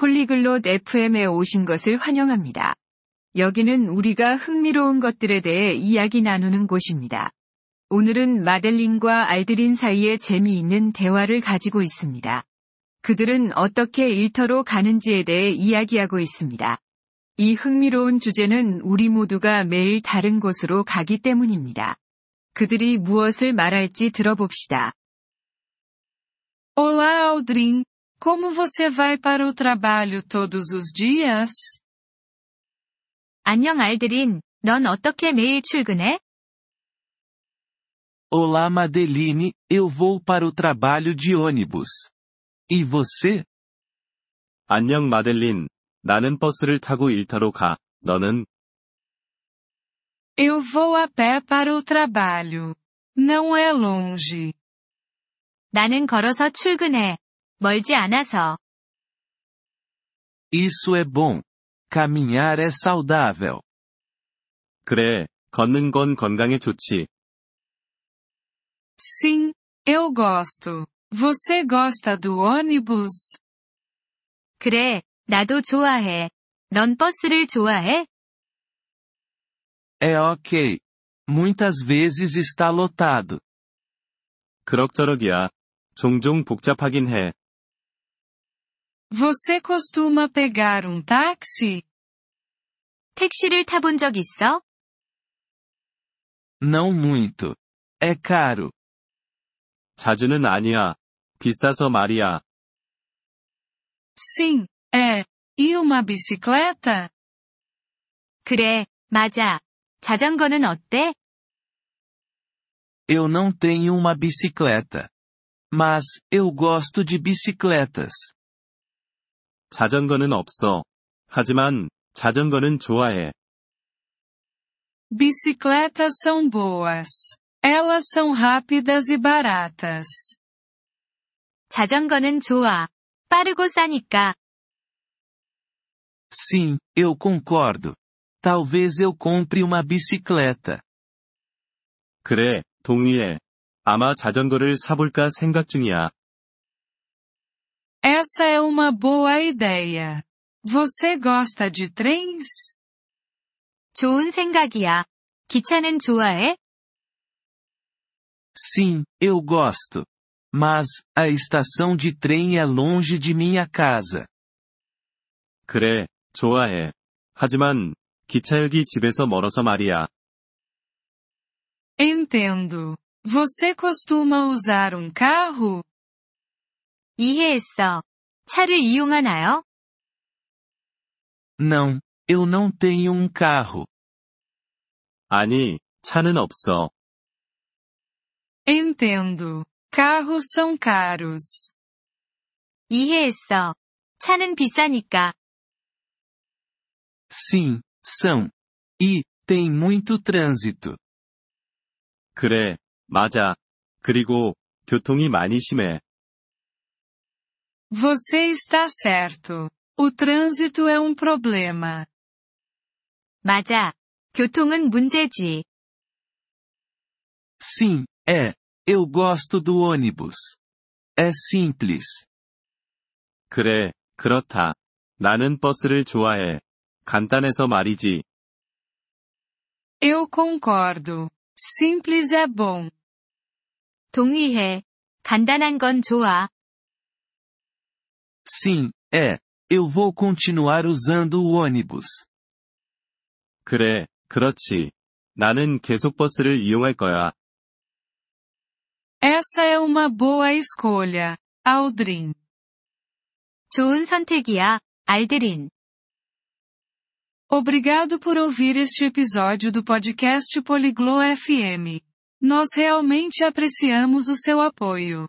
폴리글롯 FM에 오신 것을 환영합니다. 여기는 우리가 흥미로운 것들에 대해 이야기 나누는 곳입니다. 오늘은 마델린과 알드린 사이에 재미있는 대화를 가지고 있습니다. 그들은 어떻게 일터로 가는지에 대해 이야기하고 있습니다. 이 흥미로운 주제는 우리 모두가 매일 다른 곳으로 가기 때문입니다. 그들이 무엇을 말할지 들어봅시다. Olá, Aldrin. Como você vai para o trabalho todos os dias? 안녕 알드린, 넌 어떻게 매일 출근해? Olá Madeline, eu vou para o trabalho de ônibus. E você? 안녕 마델린. 나는 버스를 타고 일터로 가. 너는? Eu vou a pé para o trabalho. Não é longe. 나는 걸어서 출근해. 멀지 않아서. Isso é bom. Caminhar é saudável. 그래. 걷는 건 건강에 좋지. Sim, eu gosto. Você gosta do ônibus? 그래, 나도 좋아해. 넌 버스를 좋아해? É ok. Muitas vezes está lotado. 그럭저럭이야. 종종 복잡하긴 해. Você costuma pegar um táxi? 택시를 타본 적 있어? Não muito. É caro. 자주는 아니야. 비싸서 말이야. Sim, é. E uma bicicleta? 그래, 맞아. 자전거는 어때? Eu não tenho uma bicicleta. Mas, eu gosto de bicicletas. 자전거는 없어. 하지만, 자전거는 좋아해. Bicicletas são boas. Elas são rápidas e baratas. 자전거는 좋아. 빠르고 싸니까. Sim, eu concordo. Talvez eu compre uma bicicleta. 그래. 동의해. 아마 자전거를 사볼까 생각 중이야. Essa é uma boa ideia. Você gosta de trens? 좋은 생각이야. 기차는 좋아해? Sim, eu gosto. Mas, a estação de trem é longe de minha casa. 그래. 좋아해. 하지만, 기차역이 집에서 멀어서 말이야. Entendo. Você costuma usar um carro? 이해했어. 차를 이용하나요? Não, eu não tenho um carro. 아니, 차는 없어. Entendo. Carros são caros. 이해했어. 차는 비싸니까. Sim, são. E, tem muito trânsito. 그래. 맞아. 그리고, 교통이 많이 심해. Você está certo. O trânsito é um problema. 맞아. 교통은 문제지. Sim, é. Eu gosto do ônibus. É simples. 그래, 그렇다. 나는 버스를 좋아해. 간단해서 말이지. Eu concordo. Simples é bom. 동의해. 간단한 건 좋아. Sim, é. Eu vou continuar usando o ônibus. 그래, 그렇지. 나는 계속 버스를 이용할 거야. Essa é uma boa escolha, Aldrin. 좋은 선택이야. 알드린. Obrigado por ouvir este episódio do podcast Poliglo FM. Nós realmente apreciamos o seu apoio.